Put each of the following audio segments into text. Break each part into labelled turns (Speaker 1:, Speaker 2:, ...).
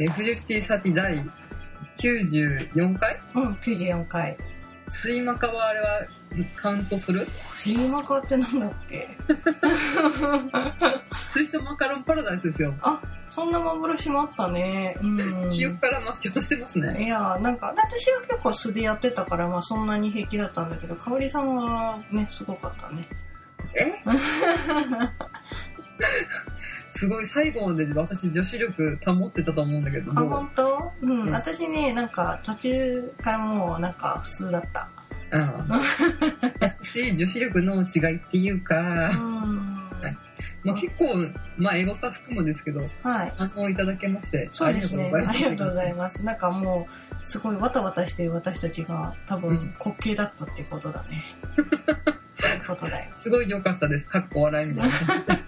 Speaker 1: えーフジョリティサティ第94回
Speaker 2: うん、94回。
Speaker 1: スイマカはあれはカウントする
Speaker 2: スイマカってなんだっけ
Speaker 1: スイートマカロンパラダイスですよ。
Speaker 2: そんな幻もあったね。 うん。
Speaker 1: 記憶から抹消してますね。
Speaker 2: いやーなんか私は結構素でやってたから、まあ、そんなに平気だったんだけどかおりさんはねすごかったね
Speaker 1: えすごい最後まで私女子力保ってたと思うんだけど
Speaker 2: あ
Speaker 1: どう
Speaker 2: 本当うん、
Speaker 1: うん
Speaker 2: 私ねなんか途中からもうなんか普通だった
Speaker 1: ああ 私女子力の違いっていう
Speaker 2: う
Speaker 1: か、
Speaker 2: ん
Speaker 1: まあ、結構、まあ、エゴサ含むですけど
Speaker 2: はい
Speaker 1: 反応いただけまして
Speaker 2: そうですねあ
Speaker 1: あ
Speaker 2: り
Speaker 1: り
Speaker 2: が
Speaker 1: がとう
Speaker 2: とうご
Speaker 1: ご
Speaker 2: ざ
Speaker 1: ざ
Speaker 2: い
Speaker 1: いま
Speaker 2: ますなんかもうすごいわたわたしてる私たちが多
Speaker 1: うん
Speaker 2: 分滑稽だったっていうことだ ねそういうことだよ
Speaker 1: すすごい良かったですかっこ笑いみたい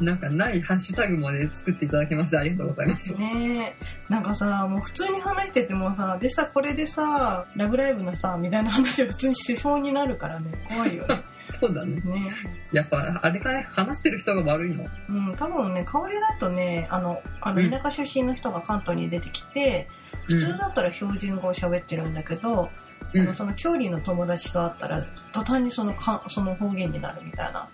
Speaker 1: ななんかないハッシュタグまで作っていただきましてありがとうございます
Speaker 2: ねえなんかさもう普通に話しててもさでさこれでさ「ラブライブ!」のさみたいな話を普通にしそうになるからね怖い よね
Speaker 1: そうだね
Speaker 2: ね
Speaker 1: やっぱあれかね話してる人が悪いの
Speaker 2: うん多分ね香りだとねあのあ
Speaker 1: う
Speaker 2: の
Speaker 1: ん
Speaker 2: 田舎出身の人が関東に出てきて普通だったら標準語を喋ってるんだけど、
Speaker 1: うん
Speaker 2: あのその距離の友達と会ったら途端にそのかその方言になるみたいな、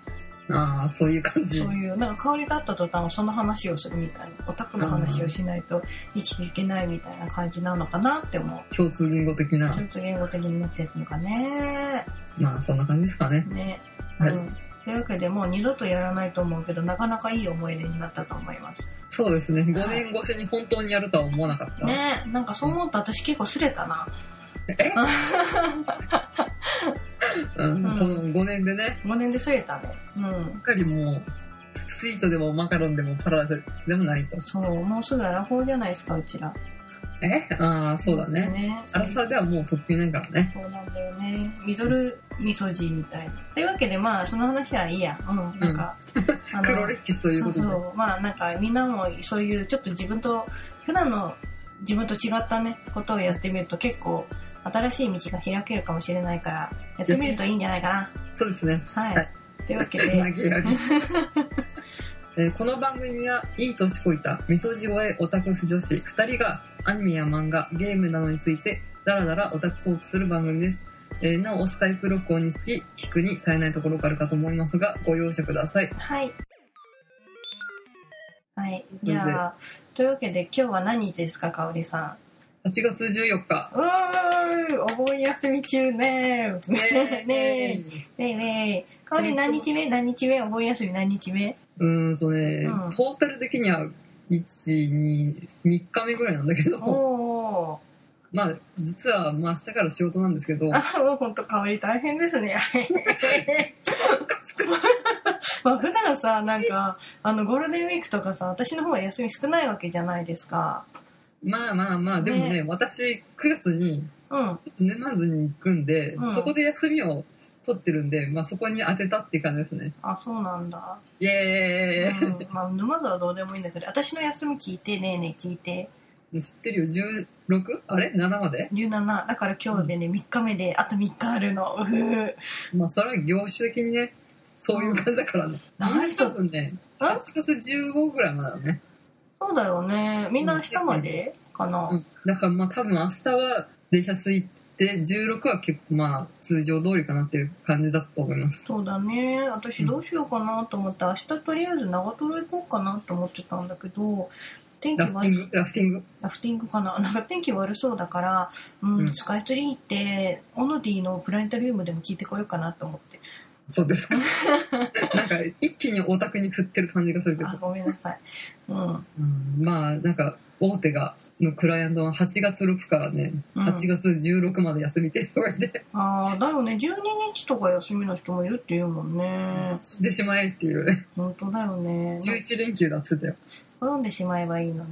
Speaker 1: ああそういう感じ
Speaker 2: そういうなんか香りだった途端その話をするみたいなオタクの話をしないと生きていけないみたいな感じなのかなって思う。
Speaker 1: 共通言語的な
Speaker 2: ちょっと言語的になってるのかね。
Speaker 1: まあそんな感じですかね
Speaker 2: ね。
Speaker 1: はい
Speaker 2: うん。というわけでもう二度とやらないと思うけど、なかなかいい思い出になったと思います。
Speaker 1: そうですね5年越しに本当にやるとは思わなかった、
Speaker 2: ねえ、なんかそう思うと私結構すれたな。
Speaker 1: うん
Speaker 2: うん
Speaker 1: この5年でね
Speaker 2: 5年ですれたね。うん
Speaker 1: しっ。かりもうスイートでもマカロンでもパラダイスでもないと
Speaker 2: そう、もうすぐアラフォーじゃないですか、うちら。
Speaker 1: えああそうだね
Speaker 2: ね
Speaker 1: アラサーではもうとっくにないからね
Speaker 2: そうなんだよね。ミドルミソジーみたいな。というわけでまあ、その話はいいや。うん。なんか、あの
Speaker 1: 黒歴史という
Speaker 2: そ
Speaker 1: こ
Speaker 2: う
Speaker 1: とで
Speaker 2: そうまあなんかみんなもそういうちょっと自分と普段の自分と違ったねことをやってみると結構新しい道が開けるかもしれないからやってみるといいんじゃないかな
Speaker 1: そうですね
Speaker 2: はい、
Speaker 1: はい
Speaker 2: というわけ
Speaker 1: 投
Speaker 2: で
Speaker 1: げやりえーこの番組はいい年こいたみそじえオタク婦女子2人がアニメや漫画ゲームなどについてダラダラオタクトークする番組です、えーなおスカイプ録音につき聞くに足りないところがあるかと思いますがご容赦ください
Speaker 2: はいはいじゃあというわけで今日は何日ですかかおりさ
Speaker 1: 8月14日
Speaker 2: んうーお盆休み中ねー ねねえねえねえかおり何日目何日目お盆休み何日目
Speaker 1: うーんとね、
Speaker 2: うん
Speaker 1: トータル的には123日目ぐらいなんだけど
Speaker 2: おー
Speaker 1: まあ実はまあ明日から仕事なんですけど
Speaker 2: あもうほんと香り大変です ね。まあ普段さなんかあのゴールデンウィークとかさ私の方が休み少ないわけじゃないですか。
Speaker 1: まあまあまあでもね私9月に
Speaker 2: うん。
Speaker 1: ちょっと沼津に行くんで、
Speaker 2: うん
Speaker 1: そこで休みを取ってるんで、まあ、そこに当てたっていう感じですね
Speaker 2: あそうなんだ。
Speaker 1: イエーイ、
Speaker 2: うん、まあ沼津はどうでもいいんだけど私の休み聞いてねえねえ聞いて
Speaker 1: 知ってるよ 16? あれ ?7 まで
Speaker 2: 17だから今日でね3日目であと3日あるの。うふふ
Speaker 1: まあそれは業種的にねそういう感じだからね、
Speaker 2: うん
Speaker 1: みんな多分ね
Speaker 2: うん
Speaker 1: 8月15ぐらいまでだね
Speaker 2: そうだよね。みんな明日までかな。
Speaker 1: うんだからまあ多分明日は電車空いて16は結構まあ通常通りかなっていう感じだと思います
Speaker 2: そうだね私どうしようかなと思って、明日とりあえず長瀞行こうかなと思ってたんだけど天気
Speaker 1: ラフ
Speaker 2: 悪
Speaker 1: ティ
Speaker 2: い
Speaker 1: ングラフティング
Speaker 2: ラフティングかな なんか天気悪そうだから、うん
Speaker 1: うん
Speaker 2: スカイツリー行ってオノディのプラネタリウムでも聞いてこようかなと思って
Speaker 1: そうです かなんか一気にオタクに振ってる感じがするけど
Speaker 2: あ、ごめんなさい、うん
Speaker 1: うん、まあなんか大手がのクライアントは8月6からね
Speaker 2: うん、
Speaker 1: 8月16まで休みっていう人がいて、
Speaker 2: あーだよね12日とか休みの人もいるっていうもんね
Speaker 1: 死んでしまえっていう
Speaker 2: 本当だよね
Speaker 1: 11連休だっつってたよ
Speaker 2: 転んでしまえばいい のに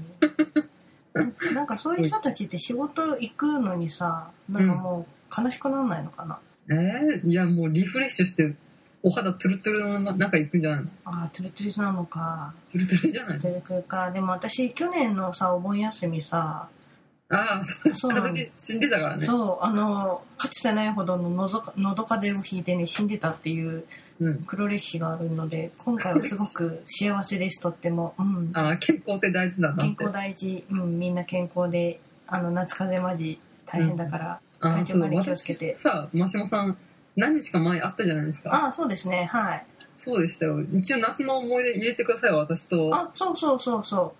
Speaker 2: ななんかそういう人たちって仕事行くのにさなんかもう悲しくならないのかな、
Speaker 1: えー、いやもうリフレッシュしてお肌トゥルトゥルのままなんか行くんじゃないの
Speaker 2: ああトゥルトゥルなのか
Speaker 1: トゥルトゥルじゃないの
Speaker 2: トゥルトゥルかでも私去年のさお盆休みさ
Speaker 1: ああ、そう
Speaker 2: そうな
Speaker 1: 風
Speaker 2: の
Speaker 1: で死んでたからね。
Speaker 2: そうあのかつてないほどののぞかのどかでを引いてね死んでたっていう
Speaker 1: うん。
Speaker 2: 黒歴史があるので今回はすごく幸せですとっても、うん、
Speaker 1: ああ、健康って大事なんだなっ
Speaker 2: 健
Speaker 1: て。
Speaker 2: 康大事、うん、みんな健康であの夏風邪マジ大変だから、
Speaker 1: ああ、
Speaker 2: 体調
Speaker 1: そ
Speaker 2: 管
Speaker 1: う、
Speaker 2: 理気をつけて
Speaker 1: 私さ、真島さん、何日か前あったじゃないですか。
Speaker 2: ああそうですねはい
Speaker 1: そうでしたよ。一応夏の思い出入れてくださいよ、私と、あ
Speaker 2: あそうそうそうそ
Speaker 1: の、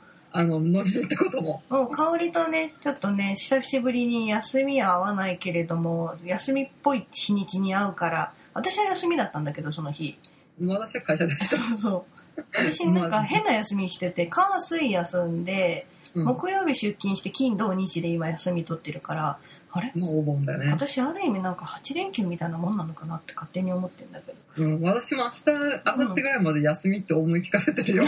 Speaker 1: 飲みに行ったことも。
Speaker 2: うもう香りとねちょっとね久しぶりに休みは合わないけれども休みっぽい日にちに合うから私は休みだったんだけどその日
Speaker 1: 私は会社でした。
Speaker 2: そうそう私なんか変な休みしてて火水休んで
Speaker 1: うん。ま
Speaker 2: 木曜日出勤して金土日で今休み取ってるからあれ
Speaker 1: あ、お盆だよね。
Speaker 2: 私ある意味なんか8連休みたいなもんなのかなって勝手に思ってんだけど
Speaker 1: うん、私も明日、明後日ぐらいまで休みって思い聞かせてるよ。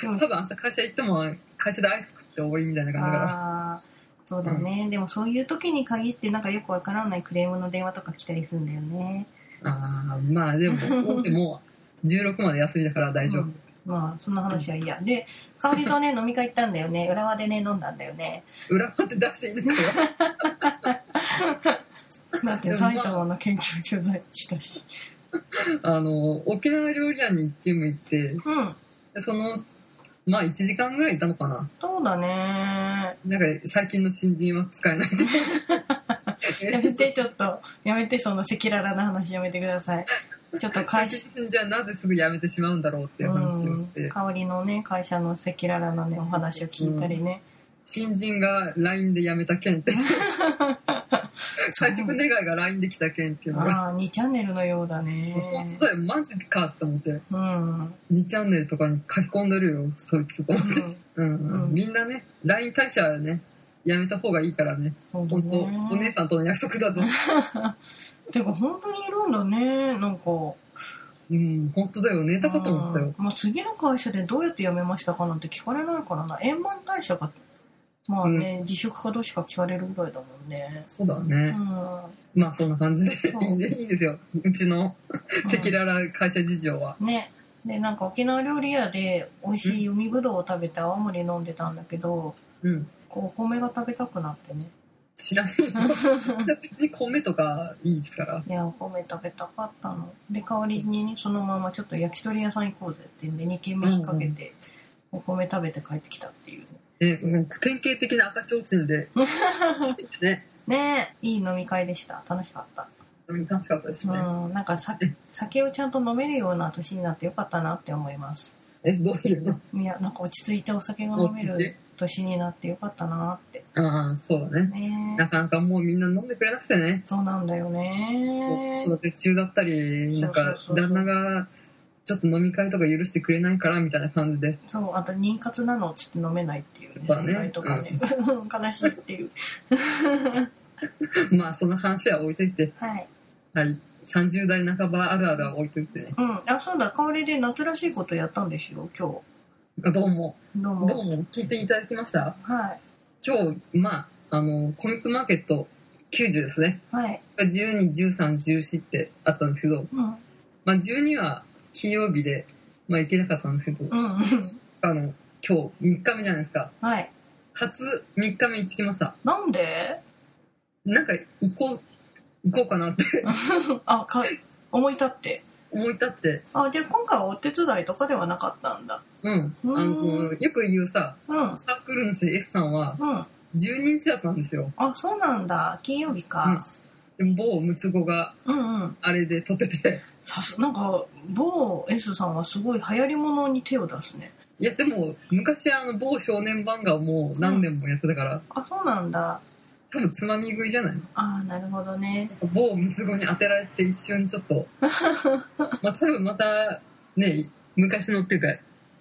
Speaker 2: でも
Speaker 1: 多分明日会社行っても、会社でアイス食って終わりみ たいな感じだから。
Speaker 2: ああそうだね、でもそういう時に限ってなんかよくわからないクレームの電話とか来たりするんだよね
Speaker 1: ああ、まあでも、大手も16まで休みだから大丈夫。
Speaker 2: うんまあそんな話はいいやで香りとね飲み会行ったんだよね浦和でね飲んだんだ よね
Speaker 1: 裏まで出していいん だけど。
Speaker 2: だって埼玉の県庁所在地だし
Speaker 1: あの、沖縄料理屋に一軒も行って、
Speaker 2: うん
Speaker 1: その、まあ1時間ぐらいいたのかな。
Speaker 2: そうだね
Speaker 1: なんか最近の新人は使えないと思う し
Speaker 2: やめてちょっとやめてその赤裸々な話やめてくださいちょっと
Speaker 1: 最
Speaker 2: 会社
Speaker 1: 近の新人はなぜすぐ辞めてしまうんだろうっていう話をして、
Speaker 2: 香りのね会社の赤裸々なねお話を聞いたりね
Speaker 1: 新人が LINE で辞めた件って、退職願いが LINE できた件っていうのが、
Speaker 2: ああ2チャンネルのようだね
Speaker 1: 本当だよ、マジかって思って、
Speaker 2: うん
Speaker 1: 2チャンネルとかに書き込んでるよ、そいつと。
Speaker 2: うん
Speaker 1: うん、
Speaker 2: う
Speaker 1: うんん、みんなね、LINE 退社はね、やめた方がいいからね、
Speaker 2: そうだ
Speaker 1: 本当、お姉
Speaker 2: ね。
Speaker 1: さんとの約束だぞ。
Speaker 2: てか本当にいるんだね、なんか。
Speaker 1: うん、本当だよ、寝たかと思ったよ。
Speaker 2: うんまあ次の会社でどうやって辞めましたかなんて聞かれないからな。円満退社か、まあね、辞職かどうしか聞かれるぐらいだもんね。
Speaker 1: そうだ
Speaker 2: う
Speaker 1: ね。
Speaker 2: ん。
Speaker 1: まあそんな感じで、
Speaker 2: うん
Speaker 1: いいね、いいですよ。うちの赤裸々会社事情は。
Speaker 2: ね。で、なんか沖縄料理屋で美味しい海ぶどうを食べて泡盛飲んでたんだけど、
Speaker 1: うん。
Speaker 2: こうお米が食べたくなってね。
Speaker 1: 知 らないの。じゃあ別に米とかいいですから。
Speaker 2: いや、お米食べたかったの。で、代わりにね、そのままちょっと焼き鳥屋さん行こうぜっていうんで、2軒目引っ掛けて、お米食べて帰ってきたっていうね。
Speaker 1: え、うん典型的な赤ちょうちん で。ね。
Speaker 2: ねえいい飲み会でした楽しかった、
Speaker 1: うん楽しかったですね。
Speaker 2: うんなんかさ酒をちゃんと飲めるような年になってよかったなって思います
Speaker 1: え、どういうの
Speaker 2: いやなんか落ち着いてお酒が飲める年になってよかったなって
Speaker 1: ああ、そうだね。
Speaker 2: ね
Speaker 1: なかなかもうみんな飲んでくれなくてね。
Speaker 2: そうなんだよね
Speaker 1: 子育て中だったり、なん
Speaker 2: そう
Speaker 1: か
Speaker 2: そうそう
Speaker 1: 旦那がちょっと飲み会とか許してくれないからみたいな感じで。
Speaker 2: そうあと妊活なのっつって飲めないっていうね
Speaker 1: そうだね
Speaker 2: 先輩とかね、悲しいっていう
Speaker 1: まあその話は置いといて、
Speaker 2: はい
Speaker 1: はい。30代半ばあるあるは置いといてね。
Speaker 2: うんあそうだ香りで夏らしいことやったんですよ今
Speaker 1: どうも、
Speaker 2: 日どうも
Speaker 1: どうも聞いていただきました。
Speaker 2: はい
Speaker 1: 今日、まあ、あの、コミックマーケット90ですね。
Speaker 2: はい
Speaker 1: 12、13、14ってあったんですけど、
Speaker 2: うん
Speaker 1: まあ12は金曜日で、まあ行けなかったんですけど、
Speaker 2: うんうん
Speaker 1: あの、今日3日目じゃないですか。
Speaker 2: はい
Speaker 1: 初3日目行ってきました。
Speaker 2: なんで
Speaker 1: なんか行こう、行こうかなって
Speaker 2: あか思い立って
Speaker 1: 思い立って、
Speaker 2: あ、じゃあ今回はお手伝いとかではなかったんだ。
Speaker 1: うん。あ
Speaker 2: うん
Speaker 1: の、その、よく言うさ、
Speaker 2: うん。うん。
Speaker 1: サークル主 S さんは12日だったんですよ。
Speaker 2: あ、そうなんだ。金曜日か。
Speaker 1: でも某ムツゴが
Speaker 2: うんうん。
Speaker 1: あれで撮ってて、
Speaker 2: さす、なんか、某 S さんはすごい流行り物に手を出すね。
Speaker 1: いやでも昔あの某少年漫画をもう何年もやってたから、
Speaker 2: あ、そうなんだ。
Speaker 1: 多分つまみ食いじゃない
Speaker 2: あーなるほどね。
Speaker 1: 某ムツゴに当てられて一瞬ちょっ とまあ多分またね昔のっていうか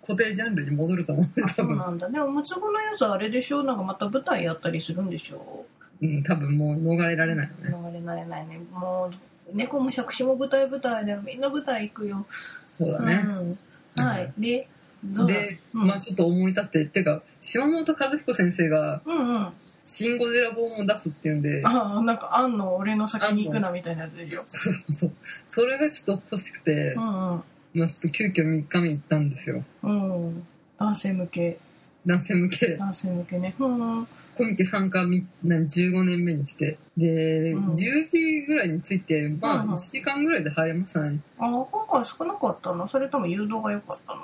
Speaker 1: 固定ジャンルに戻ると思うんで
Speaker 2: あ
Speaker 1: 多
Speaker 2: そう
Speaker 1: 分、
Speaker 2: なんだ。でも、ムツゴのやつあれでしょなんかまた舞台やったりするんでしょ
Speaker 1: うん、多分もう逃れられないよね
Speaker 2: 逃れられないね。もう、猫も借子も舞台舞台で、みんな舞台行くよ。
Speaker 1: そうだね、
Speaker 2: うん。はい。で、どうだ
Speaker 1: で、
Speaker 2: うん
Speaker 1: まあちょっと思い立ってっていうか島本和彦先生が
Speaker 2: うんうん。あ
Speaker 1: 「シン・ゴジラ本」を出すっていうんで
Speaker 2: ーなんか、あんの俺の先に行くなみたいなやつでしょ。
Speaker 1: そうそうそうそれがちょっと欲しくて
Speaker 2: う、んうん。
Speaker 1: まあちょっと急遽3日目行ったんですよ
Speaker 2: うん、男性向け。
Speaker 1: 男性向け
Speaker 2: 男性向けね。ふーん。
Speaker 1: コミケ参加みな15年目にしてで、
Speaker 2: うん
Speaker 1: 10時ぐらいに着いてまあ
Speaker 2: うんうん
Speaker 1: 1時間ぐらいで入れましたね、
Speaker 2: あー、今回少なかったのそれとも誘導が良かったの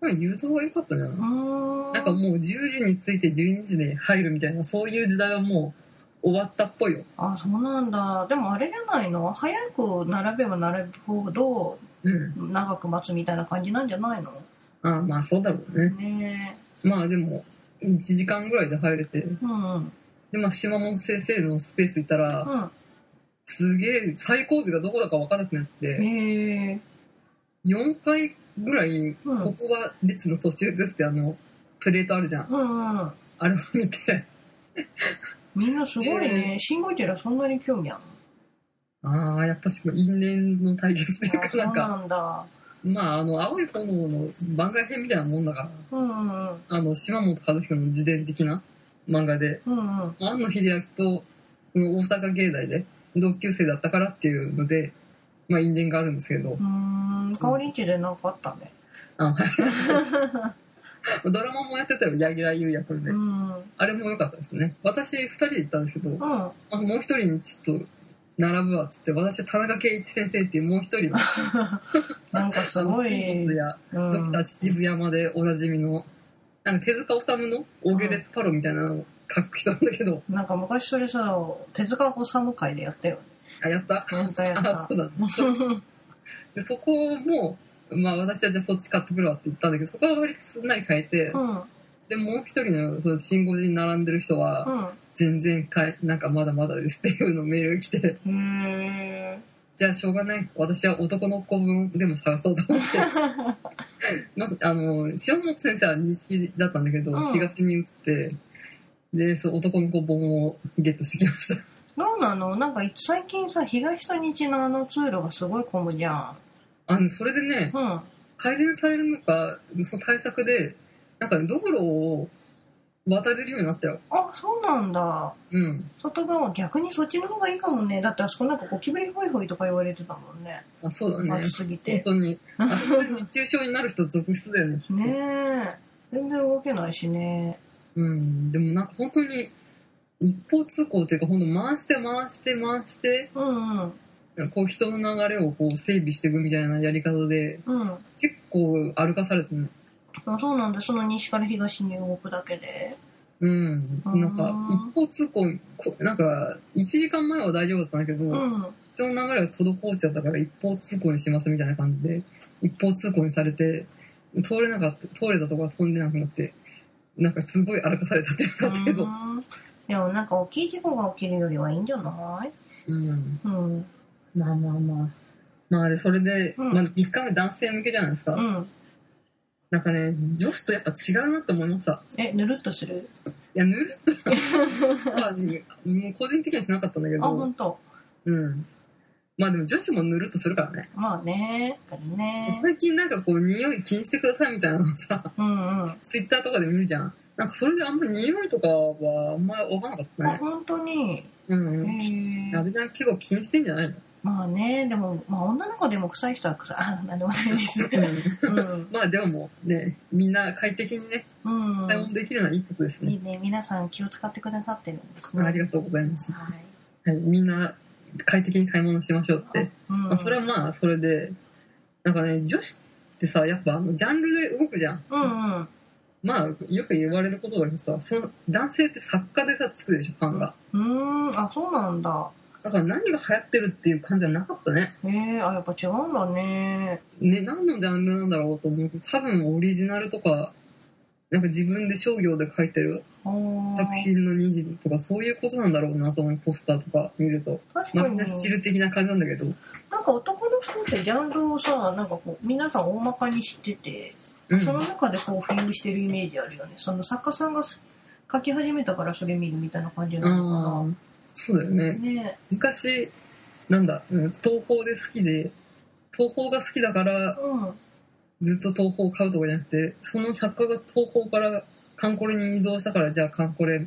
Speaker 1: まあ、誘導が良かったんじゃないう
Speaker 2: ーん。
Speaker 1: なんかもう10時に着いて12時で入るみたいなそういう時代はもう終わったっぽいよ
Speaker 2: あ、そうなんだ。でもあれじゃないの早く並べば並ぶほど
Speaker 1: うん
Speaker 2: 長く待つみたいな感じなんじゃないの
Speaker 1: ああまあそうだろうね
Speaker 2: ね
Speaker 1: まあでも1時間ぐらいで入れて
Speaker 2: え。うん。うん。
Speaker 1: でまあ島本先生のスペース行ったら、すげえ最後尾がどこだか分からなくなって
Speaker 2: へえ。
Speaker 1: 4回ぐらい「
Speaker 2: うん
Speaker 1: ここは列の途中です」ってあのプレートあるじゃん
Speaker 2: うんうん。
Speaker 1: あれを見て
Speaker 2: みんなすごいね。シンゴジラそんなに興味あるの
Speaker 1: ああやっぱし因縁の対決っていうか なん
Speaker 2: あ
Speaker 1: か
Speaker 2: そうなんだ。
Speaker 1: まああの青い炎の番外編みたいなもんだから
Speaker 2: うんうんうん。
Speaker 1: あの島本和彦の自伝的な漫画で
Speaker 2: うんうん。
Speaker 1: 庵野秀明とこの大阪芸大で同級生だったからっていうので、まあ、因縁があるんですけど
Speaker 2: うーん、香りんちでなんかあったね。
Speaker 1: あ ドラマもやってたよ柳楽優役で、
Speaker 2: うん。うん。
Speaker 1: あれも良かったですね私2人で行ったんですけど
Speaker 2: あ
Speaker 1: あもう1人にちょっと並ぶわっつって私田中圭一先生っていうもう1人の
Speaker 2: なんかすごい
Speaker 1: あの沈没や
Speaker 2: うん。
Speaker 1: ドクター秩父山でおなじみのなんか手塚治虫のオーゲレスパロみたいなのを書く人なんだけど
Speaker 2: なんか昔それさ、手塚治虫会でやったよ。
Speaker 1: あやった
Speaker 2: やったやっ
Speaker 1: あ
Speaker 2: た
Speaker 1: そ。うだね でそこも、まあ、私はじゃあそっち買ってくるわって言ったんだけどそこは割とすんなり変えて、
Speaker 2: うん。うん。
Speaker 1: でもう一人のその信号時に並んでる人は全然かえなんかまだまだですっていうのメールが来て
Speaker 2: へえ。
Speaker 1: じゃあしょうがない私は男の子分でも探そうと 思ってまずあの塩本先生は西だったんだけど、
Speaker 2: うん
Speaker 1: 東に移ってでそう男の子本をゲットしてきました
Speaker 2: どうなのなんか最近さ、東と日のあの通路がすごい混むじゃ
Speaker 1: あのそれでね
Speaker 2: ん。うん。
Speaker 1: 改善されるのかその対策でなんかね道路を渡れるようになったよ
Speaker 2: あ、そうなんだ。
Speaker 1: うん
Speaker 2: 外側逆にそっちの方がいいかもね。だってあそこなんかゴキブリホイホイとか言われてたもんね。
Speaker 1: あそうだね
Speaker 2: 暑すぎ
Speaker 1: 本
Speaker 2: て。
Speaker 1: 当 にあそこで熱中症になる人続出だよねきっと
Speaker 2: ねえ。全然動けないしね。
Speaker 1: うんでもなんか本当に一方通行というか本当回して回して回して
Speaker 2: うんうん。
Speaker 1: こう人の流れをこう整備していくみたいなやり方で
Speaker 2: うん。
Speaker 1: 結構歩かされてね
Speaker 2: あそうなんだ。その西から東に動くだけで。
Speaker 1: うん
Speaker 2: あー
Speaker 1: なんか一方通行こなんか1時間前は大丈夫だったんだけど、
Speaker 2: うん。
Speaker 1: 人の流れが滞っちゃったから一方通行にしますみたいな感じで一方通行にされて通れなかった通れたとこが飛んでなくなってなんかすごい歩かされたっていうかあったけ
Speaker 2: う
Speaker 1: ど、
Speaker 2: んでもなんか大きい事故が起きるよりはいいんじゃない
Speaker 1: うん、
Speaker 2: うん。
Speaker 1: まあまあまあまあでそれで、
Speaker 2: うん
Speaker 1: まあ、3日目男性向けじゃないですか、
Speaker 2: うん。
Speaker 1: なんかね女子とやっぱ違うなって思いました
Speaker 2: え、ぬるっとする
Speaker 1: いやぬるっとは もう個人的にはしなかったんだけ
Speaker 2: あ、ほ
Speaker 1: ど
Speaker 2: んと。
Speaker 1: うんまあでも女子もぬるっとするからね
Speaker 2: まあね。だよね。
Speaker 1: 最近なんかこう匂い気にしてくださいみたいなのをさ
Speaker 2: うんうん。
Speaker 1: ツイッターとかで見るじゃん。なんかそれであんま匂いとかはあんまりわかんなかった
Speaker 2: あ、
Speaker 1: ね。
Speaker 2: ほんとに。
Speaker 1: うん
Speaker 2: へ
Speaker 1: うん。
Speaker 2: え
Speaker 1: 鍋ちゃん結構気にしてんじゃ ないの
Speaker 2: まあね。でも、まあ女の子でも臭い人は臭い。あ、なんでもないです。うん。
Speaker 1: まあでももうね、みんな快適にね、
Speaker 2: うん
Speaker 1: 買い。物できるのはいいことです
Speaker 2: い
Speaker 1: ね。
Speaker 2: いね。皆さん気を使ってくださってるんですね。
Speaker 1: ありがとうございます。
Speaker 2: はい。
Speaker 1: はい、みんな快適に買い物しましょうって。
Speaker 2: うん
Speaker 1: まあ、それはまあそれで、なんかね、女子ってさ、やっぱあのジャンルで動くじゃん。
Speaker 2: うんうん。
Speaker 1: まあよく言われることだけどさ、その男性って作家でさ、作るでしょ、ファンが。
Speaker 2: うーん、あ、そうなんだ。
Speaker 1: だから何が流行ってるっていう感じはなかったね。
Speaker 2: へえ、あ、やっぱ違うんだね。
Speaker 1: ね、何のジャンルなんだろうと思うけど多分オリジナルとかなんか自分で商業で書いてる
Speaker 2: あー
Speaker 1: 作品の二次とかそういうことなんだろうなと思うポスターとか見ると、
Speaker 2: 確
Speaker 1: まあ、
Speaker 2: か
Speaker 1: み
Speaker 2: に
Speaker 1: んな。知る的な感じなんだけど
Speaker 2: なんか男の人ってジャンルをさ、なんかこう、皆さん大まかに知ってて、
Speaker 1: うん
Speaker 2: その中でこう、フィングしてるイメージあるよね。その作家さんが書き始めたからそれ見るみたいな感じな
Speaker 1: あ
Speaker 2: の
Speaker 1: ーそうだよ
Speaker 2: かな。
Speaker 1: ね
Speaker 2: ね
Speaker 1: 昔なんだ、うん、東宝で好きで東宝が好きだから
Speaker 2: うん。
Speaker 1: ずっと東宝を買うとかじゃなくてその作家が東宝からカンコレに移動したからじゃあカンコレ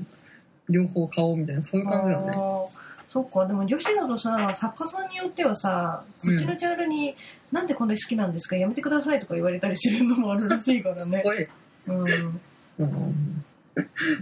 Speaker 1: 両方買おうみたいなそういう感じだよね
Speaker 2: あーそっか、でも女子だとさ、作家さんによってはさ、こっちのジャンルに、なんでこんなに好きなんですかやめてくださいとか言われたりするのもあるらしいから
Speaker 1: す
Speaker 2: ね。
Speaker 1: ごい
Speaker 2: うん。
Speaker 1: うん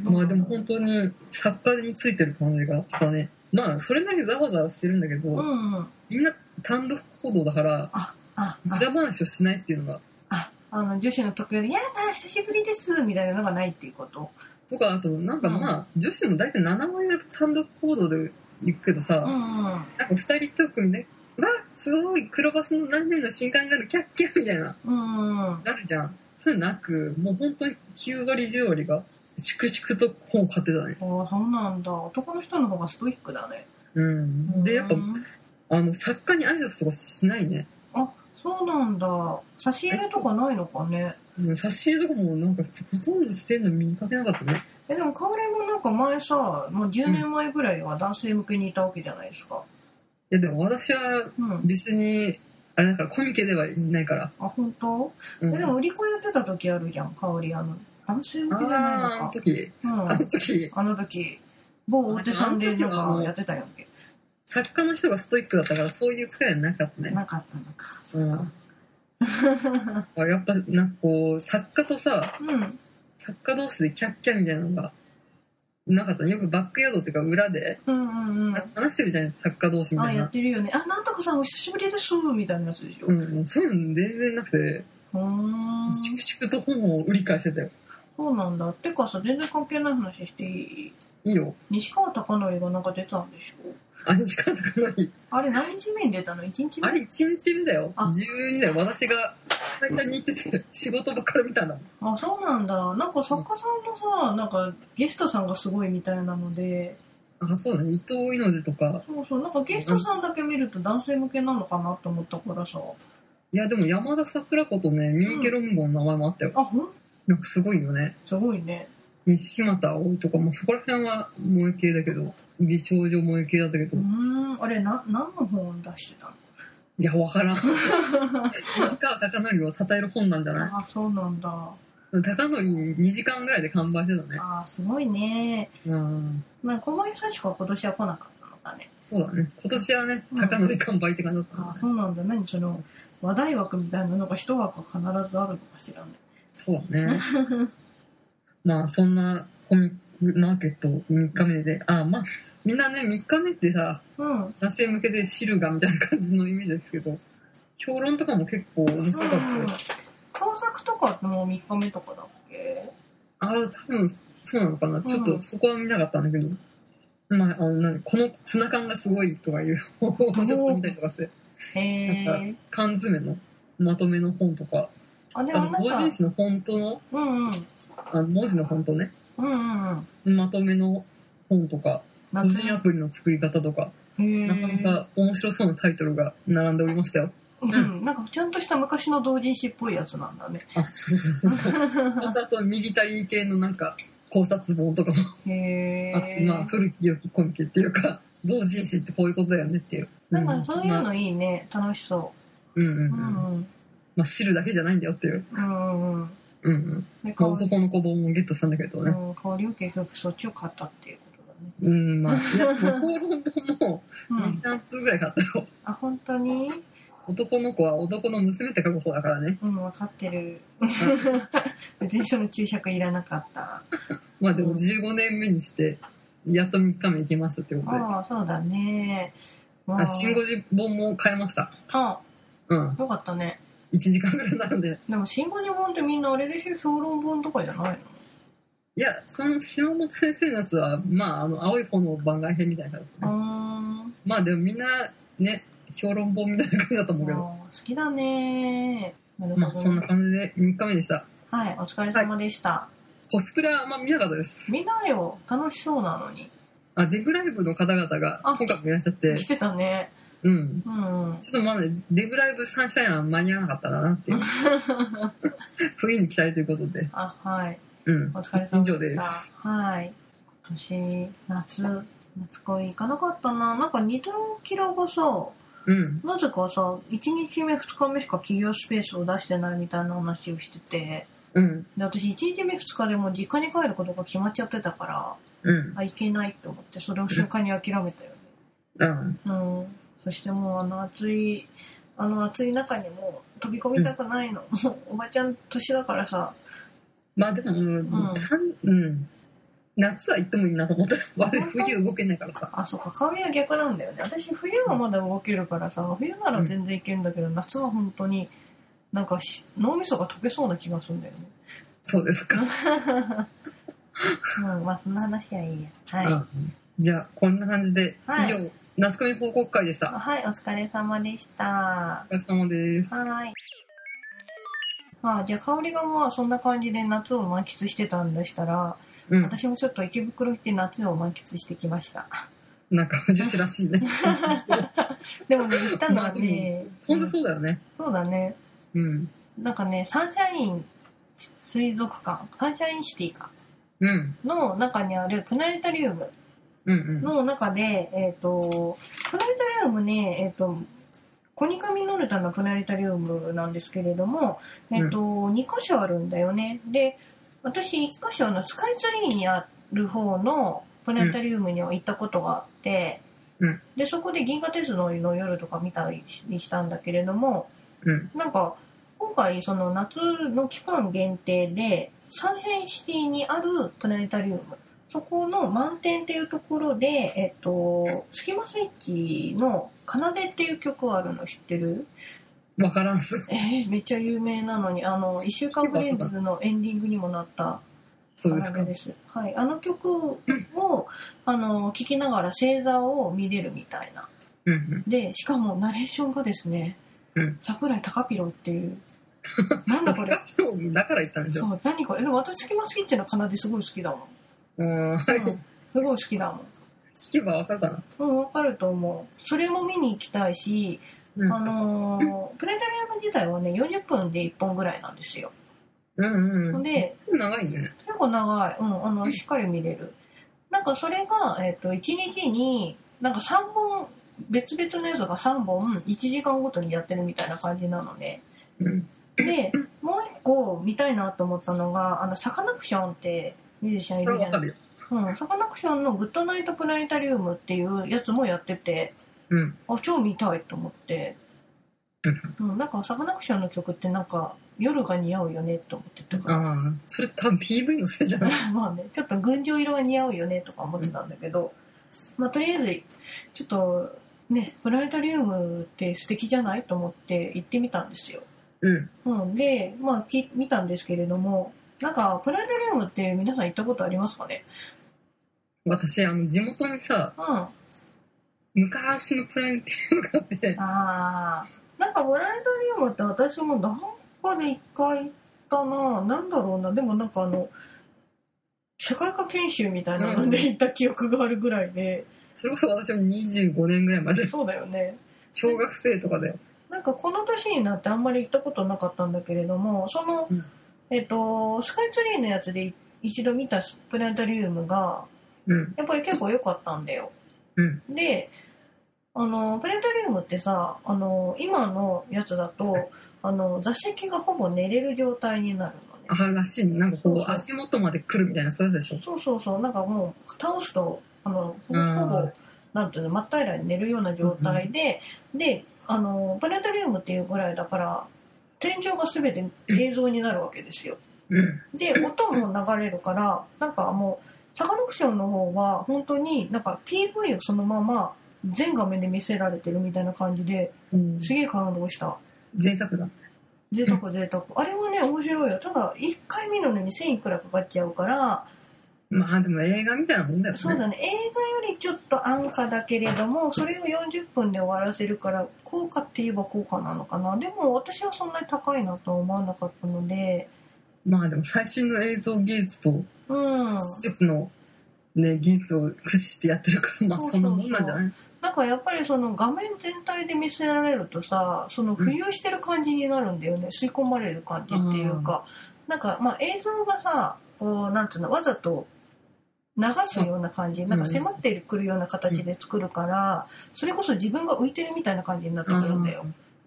Speaker 1: まあでも本当に作家についてる感じがしたねまあそれなりにざわざわしてるんだけど、
Speaker 2: うんうん
Speaker 1: みんな単独行動だから
Speaker 2: ああ
Speaker 1: 無
Speaker 2: あ
Speaker 1: 駄話をしないっていうのが
Speaker 2: ああの女子の特有で「やだ久しぶりです」みたいなのがないっていうこと
Speaker 1: とかあとなんかまあ女子も大体7割だと単独行動で行くけどさ、
Speaker 2: うんうん
Speaker 1: なんか2人1組で「わあすごい黒バスの何年の新刊があるキャッキャ」みたいな
Speaker 2: うんうん
Speaker 1: なるじゃんそういうのなくもう本当に9割10割が粛々と本を買ってたね
Speaker 2: ああそうなんだ男の人の方がストイックだね
Speaker 1: うんでやっぱ
Speaker 2: うん
Speaker 1: あの作家に挨拶とかしないね、
Speaker 2: そうなんだ差し入れとかないのかね
Speaker 1: うん、差し入れとかもなんかほとんどしてるの見かけなかったね
Speaker 2: えでも香りもなんか前さもう10年前ぐらいは男性向けにいたわけじゃないですか
Speaker 1: いやでも私は
Speaker 2: うん
Speaker 1: 別にあれだからコミケではいないから、
Speaker 2: あ本当、
Speaker 1: うん、
Speaker 2: えでも売り子やってた時あるじゃん香りあの男性向けじゃないの
Speaker 1: あーあの
Speaker 2: か
Speaker 1: 時
Speaker 2: うん
Speaker 1: あの時
Speaker 2: あの時某大手さんでなんかやってたやんけ
Speaker 1: 作家の人がストイックだったからそういう使いはなかったね
Speaker 2: なかったのかそっか
Speaker 1: あやっぱなんかこう作家とさ
Speaker 2: うん
Speaker 1: 作家同士でキャッキャみたいなのがなかったねよくバックヤードっていうか裏で
Speaker 2: うんうん
Speaker 1: なんか話してるじゃん作家同士
Speaker 2: うん
Speaker 1: みた
Speaker 2: あ
Speaker 1: い
Speaker 2: やっ
Speaker 1: な、
Speaker 2: てるよねあなんとかさんお久しぶりですみたいなやつでしょ
Speaker 1: う、
Speaker 2: うん
Speaker 1: もうそういうの全然なくて
Speaker 2: ーん
Speaker 1: 粛々と本を売り返してたよ
Speaker 2: そうなんだてかさ全然関係ない話していい
Speaker 1: いいよ
Speaker 2: 西川貴教がなんか出たんでしょ
Speaker 1: あれ時間とかない
Speaker 2: あれ何日目に出たの ?1 日目
Speaker 1: あれ1日目だよ
Speaker 2: あ
Speaker 1: 12だよ私が会社に行ってて仕事場から見たんだもん
Speaker 2: あそうなんだなんか作家さんのさなんかゲストさんがすごいみたいなので
Speaker 1: あそうだね伊藤猪木とか
Speaker 2: そうそうなんかゲストさんだけ見ると男性向けなのかなと思ったからさ
Speaker 1: いやでも山田桜子とね三池ロンボンの名前もあったよ
Speaker 2: あほん
Speaker 1: なんかすごいよね
Speaker 2: すごいね
Speaker 1: 西俣葵とかもそこら辺は萌え系だけど美少女萌え系だったけ
Speaker 2: う
Speaker 1: ど、い
Speaker 2: ーんあれな何の本出してたの
Speaker 1: やわからん西川貴教を称える本なんじゃな
Speaker 2: あそうなんだ
Speaker 1: い貴教に2時間ぐらいで完売してたね
Speaker 2: あすごいね
Speaker 1: うん
Speaker 2: まあ小林幸子は今年は来なかったのかね
Speaker 1: そうだね今年はね
Speaker 2: うん
Speaker 1: 貴教完売って感じだった
Speaker 2: あ
Speaker 1: な
Speaker 2: そうなんだ何その話題枠みたいなのが一枠必ずあるのかしらね
Speaker 1: そうだね まあそんなコミックマーケット3日目であまあみんなね3日目ってさ
Speaker 2: うんうん
Speaker 1: 男性向けで汁がみたいな感じのイメージですけど評論とかも結構面白かったよ
Speaker 2: 創作とかってもう3日目とかだっけ
Speaker 1: ああ、多分そうなのかな。
Speaker 2: ん
Speaker 1: ちょっとそこは見なかったんだけど。まあ、あの、何このツナ缶がすごいとかいう方法をちょっと見たりとかして、
Speaker 2: へ
Speaker 1: なん
Speaker 2: え
Speaker 1: 缶詰のまとめの本とか、
Speaker 2: あで
Speaker 1: あ
Speaker 2: もな
Speaker 1: の、
Speaker 2: んか
Speaker 1: 同人誌のフォントの、
Speaker 2: うんうん
Speaker 1: あの文字のフォントね、
Speaker 2: うんうんうん
Speaker 1: まとめの本とか、個
Speaker 2: 夏
Speaker 1: 人アプリの作り方とか、
Speaker 2: へー
Speaker 1: なかなか面白そうなタイトルが並んでおりましたよ。
Speaker 2: うん、なんかちゃんとした昔の同人誌っぽいやつなんだね。
Speaker 1: あ、そうそうそう。 あと、あとミリタリー系のなんか、考察本とかも
Speaker 2: へ
Speaker 1: あって、
Speaker 2: え。
Speaker 1: まあ、古き良きコミケっていうか、 同人誌ってこういうことだよねっていう。
Speaker 2: な
Speaker 1: うんん
Speaker 2: かそう
Speaker 1: そん
Speaker 2: い
Speaker 1: な
Speaker 2: うのいいね。楽しそ
Speaker 1: うんうんう。
Speaker 2: う。うんん
Speaker 1: まあ、汁だけじゃないんだよっていう。
Speaker 2: うん。うんうん。
Speaker 1: うんうん。
Speaker 2: で、
Speaker 1: まあ
Speaker 2: 香り
Speaker 1: 男の子本もゲットしたんだけどね。
Speaker 2: うん香りを結局そっちを買ったっていうことだね。
Speaker 1: うん、まあ、 いや、もうホール本も
Speaker 2: う
Speaker 1: 2、
Speaker 2: ん。
Speaker 1: 3通ぐらい買ったよ。
Speaker 2: あ、本当に
Speaker 1: 男の子は男の娘って書く方だからね。
Speaker 2: うん、分かってる。 別にその注釈いらなかった。
Speaker 1: まあでも15年目にして、やっと3日目行きましたってことで。
Speaker 2: ああ、そうだね。ま
Speaker 1: あ、新五時本も買いました。
Speaker 2: あ
Speaker 1: うん。
Speaker 2: よかったね。
Speaker 1: 1時間ぐらい並んで。
Speaker 2: でも、新語字本ってみんなあれでしょ評論本とかじゃないの
Speaker 1: いや、その島本先生のやつは、まあ、あの、青い方の番外編みたいな、ね。
Speaker 2: あー
Speaker 1: まあでもみんな、ね、評論本みたいな感じだと思うけど。
Speaker 2: あー好きだねなるほど、
Speaker 1: まあ、そんな感じで3日目でした。
Speaker 2: はいお疲れ様でした、
Speaker 1: コスプレはあんま見なかったです。
Speaker 2: 見なよ楽しそうなのに
Speaker 1: あ、デグライブの方々が
Speaker 2: あ
Speaker 1: 今回もいらっしゃって
Speaker 2: 来、てたね
Speaker 1: うん。
Speaker 2: うんうん
Speaker 1: ちょっとまだデグライブサンシャインは間に合わなかったな っていう。冬に期待ということで。
Speaker 2: あはい
Speaker 1: うん
Speaker 2: お。疲れ
Speaker 1: 以
Speaker 2: 様
Speaker 1: 上
Speaker 2: でし
Speaker 1: で
Speaker 2: た
Speaker 1: す。
Speaker 2: はい今年夏夏恋行かなかったななんかニトロキラがさ
Speaker 1: うん。
Speaker 2: なぜかさ1日目2日目しか企業スペースを出してないみたいな話をしてて
Speaker 1: うん。
Speaker 2: で私1日目2日でもう実家に帰ることが決まっちゃってたから
Speaker 1: うん。
Speaker 2: あ行けないって思ってそれを瞬間に諦め たよね
Speaker 1: うん。
Speaker 2: うん、そしてもうあの暑いあの暑い中にもう飛び込みたくないの、もうおばちゃん年だからさ
Speaker 1: まあでも、うん、
Speaker 2: ん
Speaker 1: 三うん、夏は行ってもいいなと思ったら、悪い冬動けないからさ。
Speaker 2: あそうか香りは逆なんだよね私冬はまだ動けるからさ冬なら全然いけるんだけど、夏は本当になんかし脳みそが溶けそうな気がするんだよね、
Speaker 1: そうですか。
Speaker 2: うん、 まあそんな話はいいやはい、
Speaker 1: うんじゃあ、こんな感じで、
Speaker 2: はい
Speaker 1: 以上、夏コミ報告会でした。
Speaker 2: はい、お疲れ様でした。
Speaker 1: お疲れ様です。
Speaker 2: はい。まあ、じゃあ、香りがまあ、そんな感じで夏を満喫してたんでしたら、
Speaker 1: うん。
Speaker 2: 私もちょっと池袋行って夏を満喫してきました。
Speaker 1: なんか、女子らしい ね。
Speaker 2: でもね、行ったのはね、
Speaker 1: ほんとそうだよね。
Speaker 2: そうだね。
Speaker 1: うん。
Speaker 2: なんかね、サンシャイン水族館、サンシャインシティか、
Speaker 1: うん。
Speaker 2: の中にあるプナレタリウム
Speaker 1: うんうん。
Speaker 2: の中で、えっ、と、プナレタリウムね、えっ、と、コニカミノルタのプナレタリウムなんですけれども、えっ、と、2箇所あるんだよね。で、私1箇所のスカイツリーにある方のプナレタリウムには行ったことがあって、
Speaker 1: うん
Speaker 2: で、そこで銀河鉄道の夜とか見たりしたんだけれども、
Speaker 1: うん。
Speaker 2: なんか、今回その夏の期間限定で、サンシャインシティにあるプナレタリウム。そこの満点っていうところで、えっと、スキマスイッチの奏でっていう曲があるの知ってる
Speaker 1: わからんっす。
Speaker 2: えーめっちゃ有名なのに、あの、一週間ブレンズのエンディングにもなった
Speaker 1: そうですか。
Speaker 2: です。はい。あの曲を、あの、聴きながら星座を見れるみたいな。
Speaker 1: うんうん。
Speaker 2: で、しかもナレーションがですね、
Speaker 1: うん
Speaker 2: 桜井高ピロって いう、なんだこれ
Speaker 1: 高。い人だから行ったんでしょ。
Speaker 2: そう、何これ。でも私、キマスキッチの奏ですごい好きだもん。
Speaker 1: うん。聞
Speaker 2: うん、すごい好きだ
Speaker 1: けばわかるか
Speaker 2: もん。うん、わかると思う。それも見に行きたいし、あ
Speaker 1: な。
Speaker 2: のープレタリアム自体はね、40分で1本ぐらいなんですよ。
Speaker 1: うん。うんうん。
Speaker 2: で、
Speaker 1: 長いね。
Speaker 2: 結構長い。うん、あの、しっかり見れる。なんかそれが、えっ、と、1日に、なんか3本、別々のやつが3本、1時間ごとにやってるみたいな感じなのね。
Speaker 1: うん。
Speaker 2: で、もう一個見たいなと思ったのが、あの、サカナクションってミュージシャンい
Speaker 1: そ
Speaker 2: る
Speaker 1: れ
Speaker 2: じ
Speaker 1: はわ
Speaker 2: ゃな
Speaker 1: かる
Speaker 2: い
Speaker 1: よ。
Speaker 2: うん、サカナクションのグッドナイトプラネタリウムっていうやつもやってて、
Speaker 1: うん。
Speaker 2: あ、超見たいと思って。うん、なんかサカナクションの曲ってなんか夜が似合うよねと思ってたから。
Speaker 1: ああ、それ多分 PV のせいじゃない
Speaker 2: まあね、ちょっと群青色が似合うよねとか思ってたんだけど、まあとりあえず、ちょっとね、プラネタリウムって素敵じゃないと思って行ってみたんですよ。
Speaker 1: うん。
Speaker 2: うん、で、まあき見たんですけれども、なんかプラネタリウムって皆さん行ったことありますかね
Speaker 1: 私、あの、地元にさ、
Speaker 2: うん。あ
Speaker 1: 昔のプラネタリウムがあって、
Speaker 2: あー、なんかプラネタリウムって私もなんかで一回行ったな、なんだろうな、でもなんかあの、社会科研修みたいなので行った記憶があるぐらいで、
Speaker 1: それこそ私は25年ぐらいまで、
Speaker 2: そうだよね。
Speaker 1: 小学生とかだよ。
Speaker 2: なんかこの年になってあんまり行ったことなかったんだけれどもその、
Speaker 1: うん
Speaker 2: えっ、とスカイツリーのやつで一度見たプラネタリウムが
Speaker 1: うん。
Speaker 2: やっぱり結構良かったんだよ。
Speaker 1: うん
Speaker 2: であのプラネタリウムってさあの今のやつだとあの座席がほぼ寝れる状態になるのね。
Speaker 1: あらしいね。なんかこ
Speaker 2: そう
Speaker 1: う、
Speaker 2: そう
Speaker 1: 足元まで来るみたいな、そういうやつでし
Speaker 2: そうそうそうなんかもう倒すとあのほ
Speaker 1: うん
Speaker 2: ほぼ、なんていうの真っ平らに寝るような状態で、であのプラネタリウムっていうぐらいだから天井が全て映像になるわけですよ。
Speaker 1: ょ。うん。
Speaker 2: で音も流れるからなんかもうサカナクションの方は本当になんか PV をそのまま全画面で見せられてるみたいな感じで
Speaker 1: うん、
Speaker 2: すげえ感動した。
Speaker 1: 贅沢だ。
Speaker 2: 贅沢贅沢あれはね面白いよただ1回見るのに1000いくらかかっちゃうから
Speaker 1: まあでも映画みたいなもんだよね。
Speaker 2: そうだね映画よりちょっと安価だけれどもそれを40分で終わらせるから効果って言えば効果なのかなでも私はそんなに高いなとは思わなかったので
Speaker 1: まあでも最新の映像技術と
Speaker 2: うん
Speaker 1: 施設の、ね、技術を駆使してやってるから、まあ
Speaker 2: そ
Speaker 1: そ
Speaker 2: うそうん
Speaker 1: なも
Speaker 2: そう
Speaker 1: んなんじゃない
Speaker 2: なんかやっぱりその画面全体で見せられるとさその浮遊してる感じになるんだよね、吸い込まれる感じっていうか、なんかまあ映像がさこうなんていうのわざと流すような感じ、
Speaker 1: ん
Speaker 2: なんか迫ってくるような形で作るから、それこそ自分が浮いてるみたいな感じになってくるんだよ、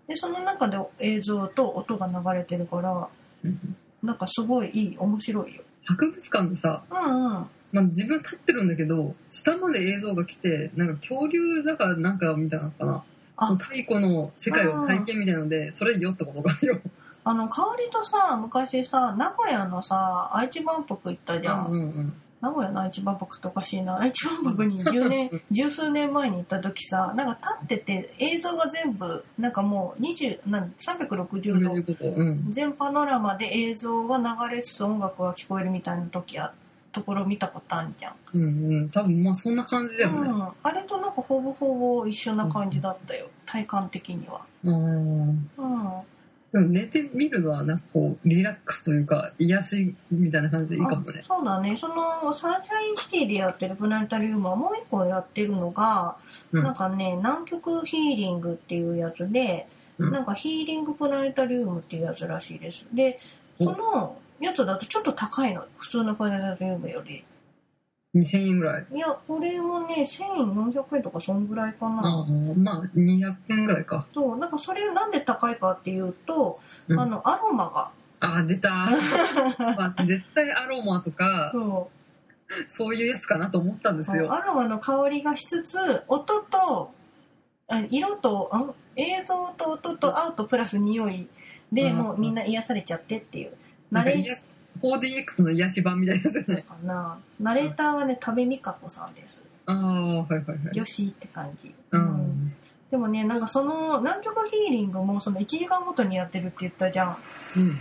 Speaker 2: でその中で映像と音が流れてるから
Speaker 1: うん
Speaker 2: なんかすごいいい面白いよ
Speaker 1: 博物館でさ、
Speaker 2: うんうん
Speaker 1: まあ、自分立ってるんだけど下まで映像が来てなんか恐竜だからなんかみたいなのかな
Speaker 2: あ
Speaker 1: 太古の世界を体験みたいのでそれよってことがあるよ
Speaker 2: あの香りとさ昔さ名古屋のさ愛知万博行ったじゃん、
Speaker 1: うんうん
Speaker 2: 名古屋の愛知万博っておかしいな愛知万博に10年 十数年前に行った時さなんか立ってて映像が全部なんかもう20なん
Speaker 1: うん。
Speaker 2: 360
Speaker 1: 同
Speaker 2: 度
Speaker 1: じこと。うん。
Speaker 2: 全パノラマで映像が流れつつ音楽が聞こえるみたいな時やところ見たことあんじゃん、
Speaker 1: うんうん。多分まあそんな感じだよ
Speaker 2: う
Speaker 1: ね。
Speaker 2: ん、あれとなんかほぼほぼ一緒な感じだったよ体感的には
Speaker 1: うん。
Speaker 2: うん
Speaker 1: でも寝てみるのはなんかこう、リラックスというか、癒しみたいな感じでいいかもね。
Speaker 2: そうだねそのサンシャインシティでやってるプラネタリウムはもう一個やってるのが、
Speaker 1: うん
Speaker 2: なんかね南極ヒーリングっていうやつで、
Speaker 1: うん
Speaker 2: なんかヒーリングプラネタリウムっていうやつらしいですで
Speaker 1: お
Speaker 2: そのやつだとちょっと高いの普通のプラネタリウムより
Speaker 1: 2000円ぐらい。
Speaker 2: いやこれもね1400円とかそんぐらいかな、
Speaker 1: ああ、まあ200円ぐらいか。
Speaker 2: そうなんかそれなんで高いかっていうと、
Speaker 1: うん
Speaker 2: あのアロマが
Speaker 1: ああ、出 た。まあ、絶対アロマとか、
Speaker 2: そう
Speaker 1: そういうやつかなと思ったんですよ。
Speaker 2: アロマの香りがしつつ音とあ色とん映像と音とアウトプラス匂いで、
Speaker 1: うん
Speaker 2: もうみんな癒されちゃってっていう
Speaker 1: な
Speaker 2: ナ
Speaker 1: んか
Speaker 2: レー
Speaker 1: 癒し 4DX の癒し版みたいですよ
Speaker 2: ター
Speaker 1: ね。
Speaker 2: かなナレーターがね多部未華子さんです
Speaker 1: ああ、はいはいはい。
Speaker 2: よしって感じ、
Speaker 1: う
Speaker 2: うん
Speaker 1: ん。
Speaker 2: でもねなんかその南極ヒーリングもその1時間ごとにやってるって言ったじゃん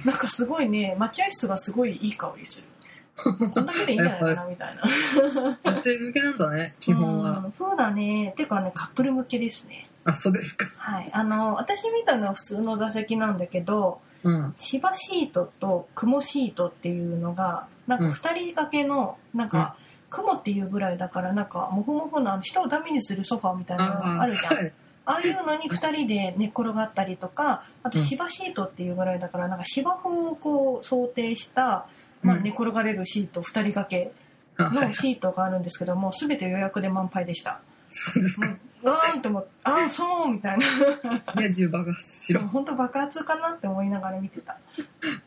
Speaker 2: なんかすごいね待合室がすごいいい香りするこんだけでいいんじゃないかなみたいな
Speaker 1: うん女性向けなんだね、 基本は。
Speaker 2: うんそうだねていうかねカップル向けですね
Speaker 1: あ、そうですか。
Speaker 2: はい、あの私見たのは普通の座席なんだけど
Speaker 1: うん。
Speaker 2: 芝シートと雲シートっていうのがなんか
Speaker 1: うん
Speaker 2: 2人掛けのなんか、雲っていうぐらいだからなんかモフモフのあの人をダメにするソファーみたいなの
Speaker 1: あ
Speaker 2: が
Speaker 1: あ、
Speaker 2: あるじゃんあ,、
Speaker 1: はい。
Speaker 2: あいうのに2人で寝っ転がったりとかあと
Speaker 1: うん
Speaker 2: 芝シートっていうぐらいだからなんか芝生をこう想定した、まあ、
Speaker 1: うん
Speaker 2: 寝転がれるシート2人掛け
Speaker 1: あは
Speaker 2: の
Speaker 1: い
Speaker 2: シートがあるんですけども全て予約で満杯で した
Speaker 1: そうですか。
Speaker 2: うわーんって思ってああそうみたいな。
Speaker 1: 野獣爆発し
Speaker 2: でも
Speaker 1: ろ。
Speaker 2: 本当爆発かなって思いながら見てた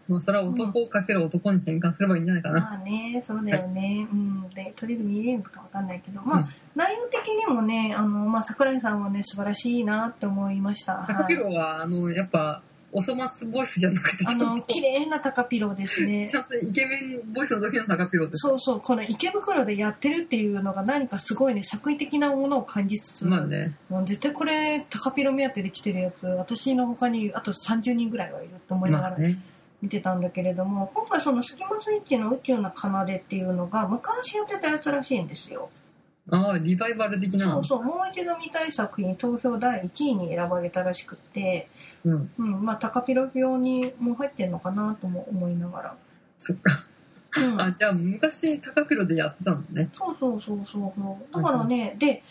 Speaker 1: まあ、それは男をかける男に変換すればいいんじゃないかな。
Speaker 2: まあねそうだよね、うんでとりあえず見れるのかわかんないけどまあ、
Speaker 1: うん
Speaker 2: 内容的にもねあの、まあ、桜井さんはね素晴らしいなって思いました、
Speaker 1: 高
Speaker 2: は
Speaker 1: ピ
Speaker 2: い、
Speaker 1: ロは、あの、やっぱ、お粗末ボイスじゃなくて、
Speaker 2: あ
Speaker 1: ちゃん
Speaker 2: の
Speaker 1: と、
Speaker 2: 綺麗な高ピロですね
Speaker 1: ちゃんとイケメンボイスの時の高ピロです。
Speaker 2: そうそうこの池袋でやってるっていうのが何かすごいね作為的なものを感じつつ、
Speaker 1: まあね。
Speaker 2: もう絶対これ高ピロ目当てで来てるやつ私の他にあと30人ぐらいはいると思いなが
Speaker 1: ま
Speaker 2: ら
Speaker 1: あね。
Speaker 2: 見てたんだけれども今回その「スキマスイッチの宇宙の奏で」っていうのが昔やってたやつらしいんですよ、
Speaker 1: ああ、リバイバル的な。
Speaker 2: そうそうもう一度見たい作品投票第1位に選ばれたらしくて、
Speaker 1: うん。
Speaker 2: うん、まあ高ピロ病にも入ってるのかなとも思いなが
Speaker 1: そっか。
Speaker 2: ら、うん、
Speaker 1: あ、じゃあ昔、高ピロでやってたのね。
Speaker 2: そうそうそうそうそうだからね、で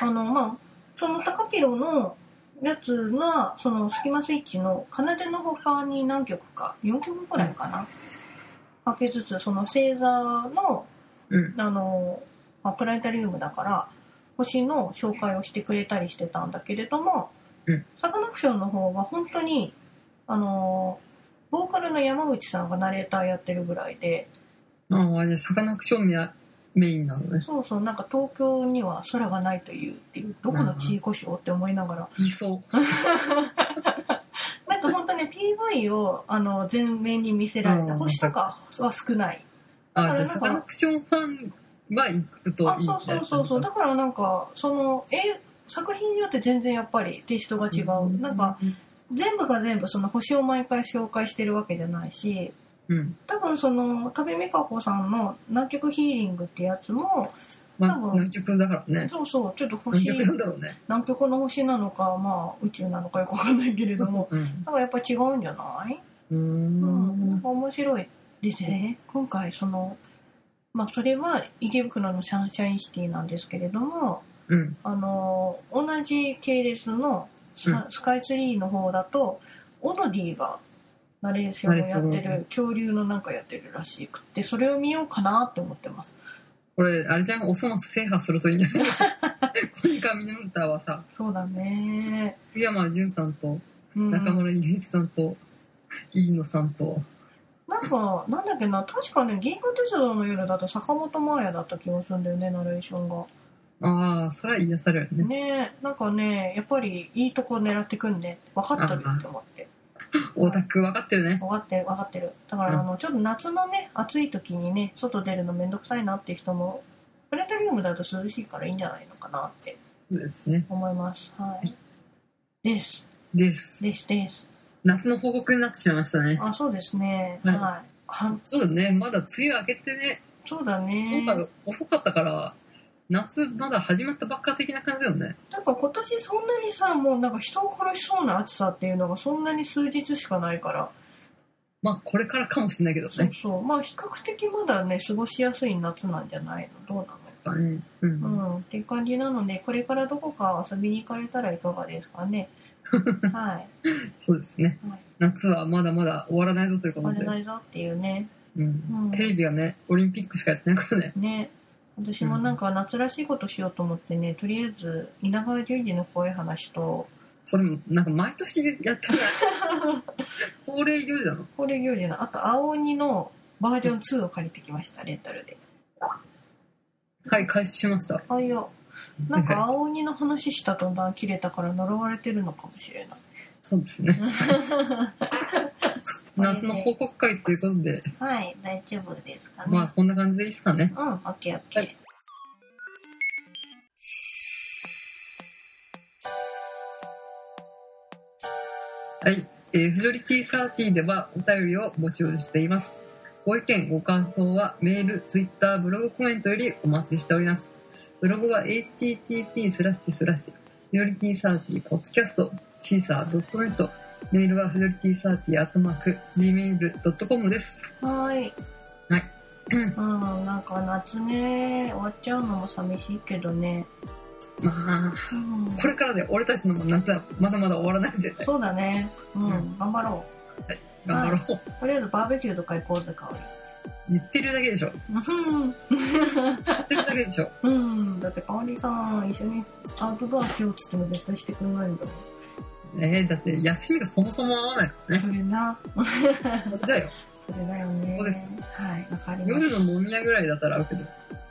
Speaker 2: あのまあその高ピロのやつがそのスキマスイッチの奏での他に何曲か4曲ぐらいかな、かけつつその星座の
Speaker 1: うん。
Speaker 2: あの、まあ、プラネタリウムだから星の紹介をしてくれたりしてたんだけれども、
Speaker 1: うん
Speaker 2: サカナクションの方は本当にあのボーカルの山口さんがナレーターやってるぐらいで
Speaker 1: ああ、じゃあ、サカナクションがメインなのね。
Speaker 2: そうそうなんか東京には空がないというっていうどこの地位故障って思いながら
Speaker 1: いそう。
Speaker 2: なんか本当ね PV をあの全面に見せられ
Speaker 1: う
Speaker 2: た
Speaker 1: ん
Speaker 2: 星とかは少ない
Speaker 1: ああ、じゃ
Speaker 2: だか
Speaker 1: あ、サカ
Speaker 2: らなんか
Speaker 1: ナクションファンは行くといい
Speaker 2: あそうそうそうそうだからなんかそのえ作品によって全然やっぱりテイストが違う、なんか、全部が全部その星を毎回紹介してるわけじゃないし
Speaker 1: うん。
Speaker 2: 多分その多部未華子さんの「南極ヒーリング」ってやつも
Speaker 1: まあ、
Speaker 2: 多分
Speaker 1: 南極だからね。
Speaker 2: そうそうちょっと星
Speaker 1: 南極なんだろうね。
Speaker 2: 南極の星なのかまあ宇宙なのかよくわかんないけれども
Speaker 1: うん。。
Speaker 2: だからやっぱ違うんじゃないううん面白いですね今回そのまあそれは池袋のサンシャインシティなんですけれども
Speaker 1: うん。
Speaker 2: あの同じ系列の
Speaker 1: う
Speaker 2: ス
Speaker 1: ん
Speaker 2: スカイツリーの方だと、オノディがナレーションをやっ
Speaker 1: ナレ
Speaker 2: て
Speaker 1: ーション
Speaker 2: る恐竜のなんかやってるらしくってそれを見ようかなって思ってます
Speaker 1: これ、あれじゃん、おそ松制覇するといいんじゃないコニカミノルタはさ、
Speaker 2: そうだね、
Speaker 1: 福山潤さんと、
Speaker 2: うん、
Speaker 1: 中村祐一さんと、飯野さんと、
Speaker 2: なんかなんだっけな確かね銀河鉄道の夜だと坂本真綾だった気がするんだよねナレーションが
Speaker 1: ああ、それは癒されるね。
Speaker 2: ねなんかねやっぱりいいとこ狙ってくんね分かってるって思って
Speaker 1: オタク分かってるね
Speaker 2: 分かってる分かってるだから、
Speaker 1: うん
Speaker 2: あのちょっと夏のね暑い時にね外出るのめんどくさいなっていう人もプラネタリウムだと涼しいからいいんじゃないのかなって
Speaker 1: そうですね
Speaker 2: 思いますはいです
Speaker 1: です
Speaker 2: ですです
Speaker 1: 夏の報告になってしまいましたね
Speaker 2: あそうですねは、
Speaker 1: はいい
Speaker 2: は
Speaker 1: そうだねまだ梅雨明けてね
Speaker 2: そうだね
Speaker 1: 今回遅かったから夏まだ始まったばっか的な感じだよね
Speaker 2: なんか今年そんなにさもうなんか人を殺しそうな暑さっていうのがそんなに数日しかないから
Speaker 1: まあこれからかもしれないけど
Speaker 2: そう
Speaker 1: ね
Speaker 2: そうまあ比較的まだね過ごしやすい夏なんじゃないのどうなの
Speaker 1: そうかねうん、
Speaker 2: うん、っていう感じなのでこれからどこか遊びに行かれたらいかがですかね はい
Speaker 1: そうですね、
Speaker 2: はい
Speaker 1: 夏はまだまだ終わらないぞというこ
Speaker 2: 終わ
Speaker 1: とで、
Speaker 2: れないぞっていうね
Speaker 1: うん
Speaker 2: うん
Speaker 1: テレビはねオリンピックしかやってない からね
Speaker 2: ね私もなんか夏らしいことしようと思ってねとりあえず稲川淳二の怖い話と
Speaker 1: それもなんか毎年やってる らしい恒例行事なの
Speaker 2: 恒例行事のあと青鬼のバージョン2を借りてきましたレンタルで
Speaker 1: はい開始しました
Speaker 2: あいやなんか青鬼の話した途端切れたから呪われてるのかもしれない
Speaker 1: そうですね 夏の報告会ということで
Speaker 2: はい大丈夫ですかね、
Speaker 1: まあこんな感じでいいですかね
Speaker 2: うん、オッケーオッケー。
Speaker 1: ははい、えー、フジョリティサーティではお便りを募集していますご意見ご感想はメールツイッターブログコメントよりお待ちしておりますブログは http スラッシュスラッシュフジョリティサーティポッドキャストシーサー .net メールはフジョリティサーティアットマーク gmail.com です
Speaker 2: はーい。
Speaker 1: はい。
Speaker 2: うん、なんか夏ね、終わっちゃうのも寂しいけどね。
Speaker 1: まあ
Speaker 2: うん、
Speaker 1: これからで俺たちの夏はまだまだ終わらないぜ
Speaker 2: そうだね。うん、
Speaker 1: うん
Speaker 2: 頑張ろ
Speaker 1: 頑張ろう
Speaker 2: う。とりあえずバーベキューとか行こうぜ、香
Speaker 1: 言ってるだけでしょ
Speaker 2: り。
Speaker 1: 言ってるだけでしょ
Speaker 2: うん、うん。だって香りさん、一緒にアウトドアしようっつっても絶対してくれないんだもん。
Speaker 1: えー、だって休みがそもそも合わないからね
Speaker 2: それな、
Speaker 1: じゃあよ
Speaker 2: それだよね。
Speaker 1: そうです。
Speaker 2: はい、わかりま
Speaker 1: 夜
Speaker 2: す。
Speaker 1: の飲み屋ぐらいだったら合うけど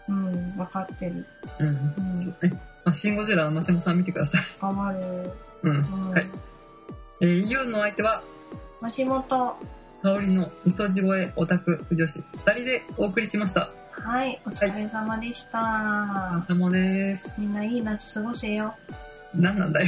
Speaker 2: うん、わかってる。
Speaker 1: うん、
Speaker 2: うん
Speaker 1: そうねまあ、シン・ゴジラのマシモさん見てください。
Speaker 2: 頑張る。
Speaker 1: うん。
Speaker 2: うん。
Speaker 1: はいえー、イオンのお相手は、
Speaker 2: 橋本。
Speaker 1: 香りのみそじ声オタク女子二人でお送りしました。
Speaker 2: はい、お疲れ様でした。
Speaker 1: お疲れ様で
Speaker 2: みん
Speaker 1: す。
Speaker 2: ないい夏過ごせよ。
Speaker 1: 何なんだよ。